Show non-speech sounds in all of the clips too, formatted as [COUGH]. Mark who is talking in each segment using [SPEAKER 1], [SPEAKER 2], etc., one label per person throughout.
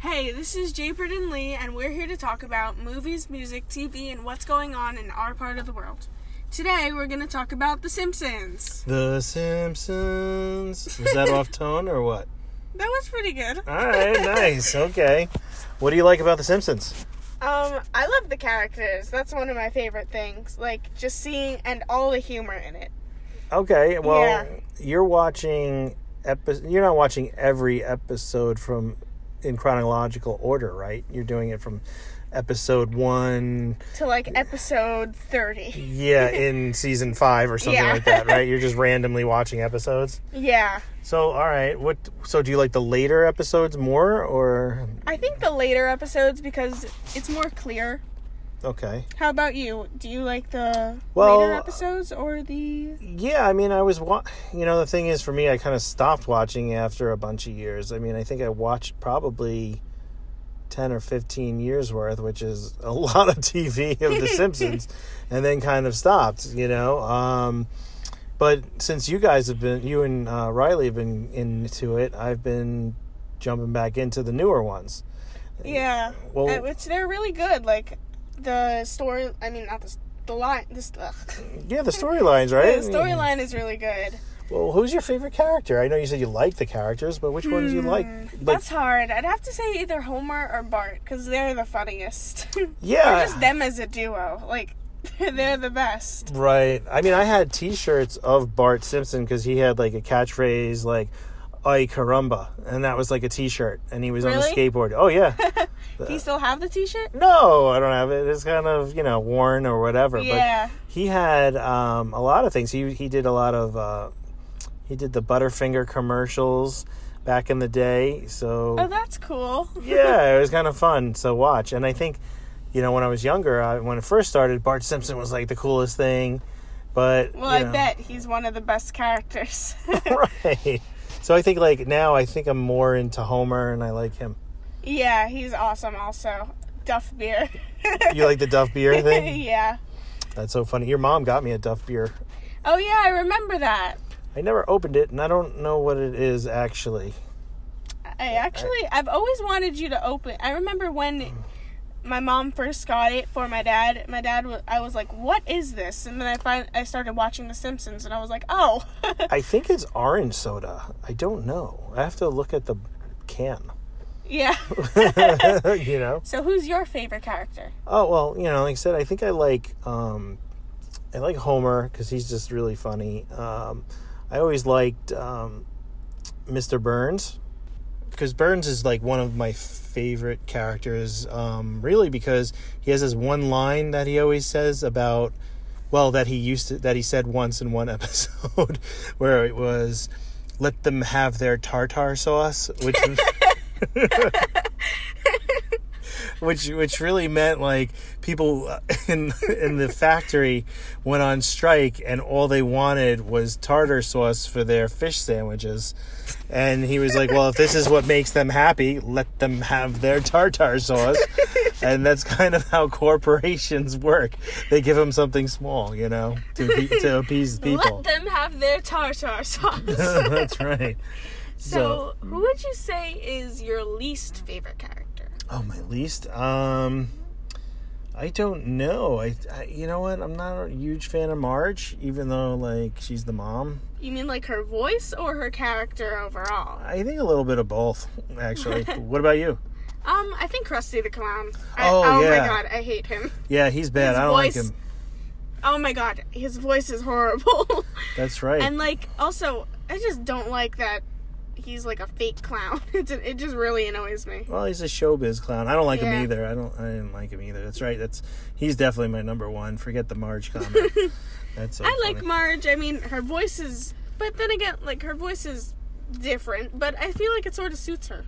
[SPEAKER 1] Hey, this is Jay Burden Lee, and we're here to talk about movies, music, TV, and what's going on in our part of the world. Today, we're going to talk about The Simpsons.
[SPEAKER 2] The Simpsons. Was that off tone or what?
[SPEAKER 1] That was pretty good. Um,
[SPEAKER 2] All right, nice. Okay. What do you like about The Simpsons?
[SPEAKER 1] Um, I love the characters. That's one of my favorite things. Like, just seeing and all the humor in it.
[SPEAKER 2] Okay, well,
[SPEAKER 1] Yeah.
[SPEAKER 2] you're watching epi- you're not watching every episode from in chronological order, right? You're doing it from episode 1
[SPEAKER 1] To like episode 30. [LAUGHS]
[SPEAKER 2] yeah in season 5 or something
[SPEAKER 1] Yeah.
[SPEAKER 2] like that, right? You're just randomly watching episodes.
[SPEAKER 1] Yeah.
[SPEAKER 2] So, all right, what so do you like the later episodes more or
[SPEAKER 1] I think the later episodes because it's more clear.
[SPEAKER 2] okay.
[SPEAKER 1] How about you? Do you like the later
[SPEAKER 2] Well,
[SPEAKER 1] episodes or the.
[SPEAKER 2] Yeah, I mean, I was, wa- you know, the thing is for me, I kind of stopped watching after a bunch of years. I mean, I think I watched probably 10 or 15 years worth, which is a [LAUGHS] lot of TV of
[SPEAKER 1] [LAUGHS]
[SPEAKER 2] The Simpsons, and then kind of stopped, you know. Um, but since you guys have been, you and uh, Riley have been into it, I've been jumping back into the newer ones.
[SPEAKER 1] Yeah.
[SPEAKER 2] Well,
[SPEAKER 1] Uh, which they're really good. Like the story. I mean, not the s- the line. The, st- ugh.
[SPEAKER 2] yeah, the storylines, right?
[SPEAKER 1] the storyline is really good.
[SPEAKER 2] Well, who's your favorite character? I know you said you like the characters, but which ones do you like? Like,
[SPEAKER 1] Hmm, That's hard. I'd have to say either Homer or Bart because they're the funniest. [LAUGHS]
[SPEAKER 2] yeah.
[SPEAKER 1] or just them as a duo. Like [LAUGHS] they're the best.
[SPEAKER 2] Right. I mean, I had T-shirts of Bart Simpson because he had like a catchphrase like "Ay caramba," and that was like a T-shirt, and he was on a
[SPEAKER 1] Really?
[SPEAKER 2] skateboard. Oh
[SPEAKER 1] [LAUGHS]
[SPEAKER 2] yeah.
[SPEAKER 1] Do you still have the T-shirt?
[SPEAKER 2] no, I don't have it. It's kind of you know worn or whatever.
[SPEAKER 1] Yeah.
[SPEAKER 2] But he had um, a lot of things. He he did a lot of uh, he did the Butterfinger commercials back in the day. So
[SPEAKER 1] Oh, [LAUGHS] that's cool.
[SPEAKER 2] yeah, it was kind of fun to watch. And I think, you know, when I was younger, I, when it first started, Bart Simpson was like the coolest thing. But
[SPEAKER 1] Well,
[SPEAKER 2] you
[SPEAKER 1] I
[SPEAKER 2] know.
[SPEAKER 1] bet he's one of the best characters. [LAUGHS]
[SPEAKER 2] [LAUGHS] right. So I think like now I think I'm more into Homer and I like him.
[SPEAKER 1] yeah, he's awesome. Also, Duff beer.
[SPEAKER 2] You like the Duff beer
[SPEAKER 1] [LAUGHS]
[SPEAKER 2] thing?
[SPEAKER 1] yeah.
[SPEAKER 2] That's so funny. Your mom got me a Duff beer.
[SPEAKER 1] Oh yeah, I remember that.
[SPEAKER 2] I never opened it and I don't know what it is actually.
[SPEAKER 1] I actually, I've always wanted you to open. I remember when my mom first got it for my dad. My dad, wa- I was like, "What is this?" And then I find I started watching The Simpsons, and I was like, "Oh, [LAUGHS]
[SPEAKER 2] I think it's orange soda. I don't know. I have to look at the can. [LAUGHS]
[SPEAKER 1] yeah."
[SPEAKER 2] you know?
[SPEAKER 1] So, who's your favorite character?
[SPEAKER 2] Oh, well, you know, like I said, I think I like um I like Homer cuz he's just really funny. Um I always liked um Mr. Burns because Burns is like one of my favorite characters, um, really, because he has this one line that he always says about, well, that he used to, that he said once in one [LAUGHS] episode, where it was, "Let them have their tartar sauce," which, which, which really meant like people uh, in in the factory went on strike, and all they wanted was tartar sauce for their fish sandwiches. And he was like, "Well, if this is what makes them happy, let them have their tartar sauce." and that's kind of how corporations work. They give them something small, you know, to appe- to appease people.
[SPEAKER 1] Let them have their tartar
[SPEAKER 2] [LAUGHS]
[SPEAKER 1] sauce.
[SPEAKER 2] that's right.
[SPEAKER 1] [LAUGHS] so, who would you say is your least favorite character?
[SPEAKER 2] Oh, my least. Um, I don't know. I, I, you know what? I'm not a huge fan of Marge, even though like she's the mom.
[SPEAKER 1] You mean like her voice or her character overall?
[SPEAKER 2] I think a little bit of both,
[SPEAKER 1] [LAUGHS]
[SPEAKER 2] actually. what about you?
[SPEAKER 1] Um, I think Krusty the Clown. I,
[SPEAKER 2] Oh,
[SPEAKER 1] my
[SPEAKER 2] yeah.
[SPEAKER 1] god, I hate him.
[SPEAKER 2] Yeah, he's bad.
[SPEAKER 1] His
[SPEAKER 2] I don't
[SPEAKER 1] voice-
[SPEAKER 2] like him.
[SPEAKER 1] Oh my god, his voice is horrible. [LAUGHS]
[SPEAKER 2] That's right.
[SPEAKER 1] And like, also, I just don't like that he's like a fake clown. [LAUGHS] It's it just really annoys me.
[SPEAKER 2] Well, he's a showbiz clown. I don't like
[SPEAKER 1] Yeah.
[SPEAKER 2] him either. I don't. I didn't like him either. That's right. That's he's definitely my number one. Forget the
[SPEAKER 1] [LAUGHS]
[SPEAKER 2] Marge comment. That's so
[SPEAKER 1] I like
[SPEAKER 2] funny.
[SPEAKER 1] Marge. I mean, her voice is, but then again, like her voice is different. But I feel like it sort of suits her.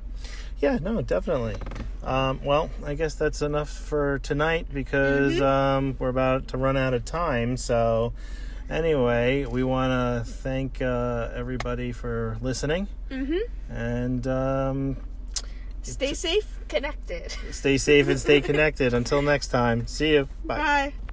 [SPEAKER 2] Yeah, no, definitely. Um, well, I guess that's enough for tonight because um, we're about to run out of time. So, anyway, we want to thank uh, everybody for listening
[SPEAKER 1] hmm
[SPEAKER 2] and um,
[SPEAKER 1] Stay safe, connected.
[SPEAKER 2] stay safe and stay connected. Until next time, see you. Bye.
[SPEAKER 1] Bye.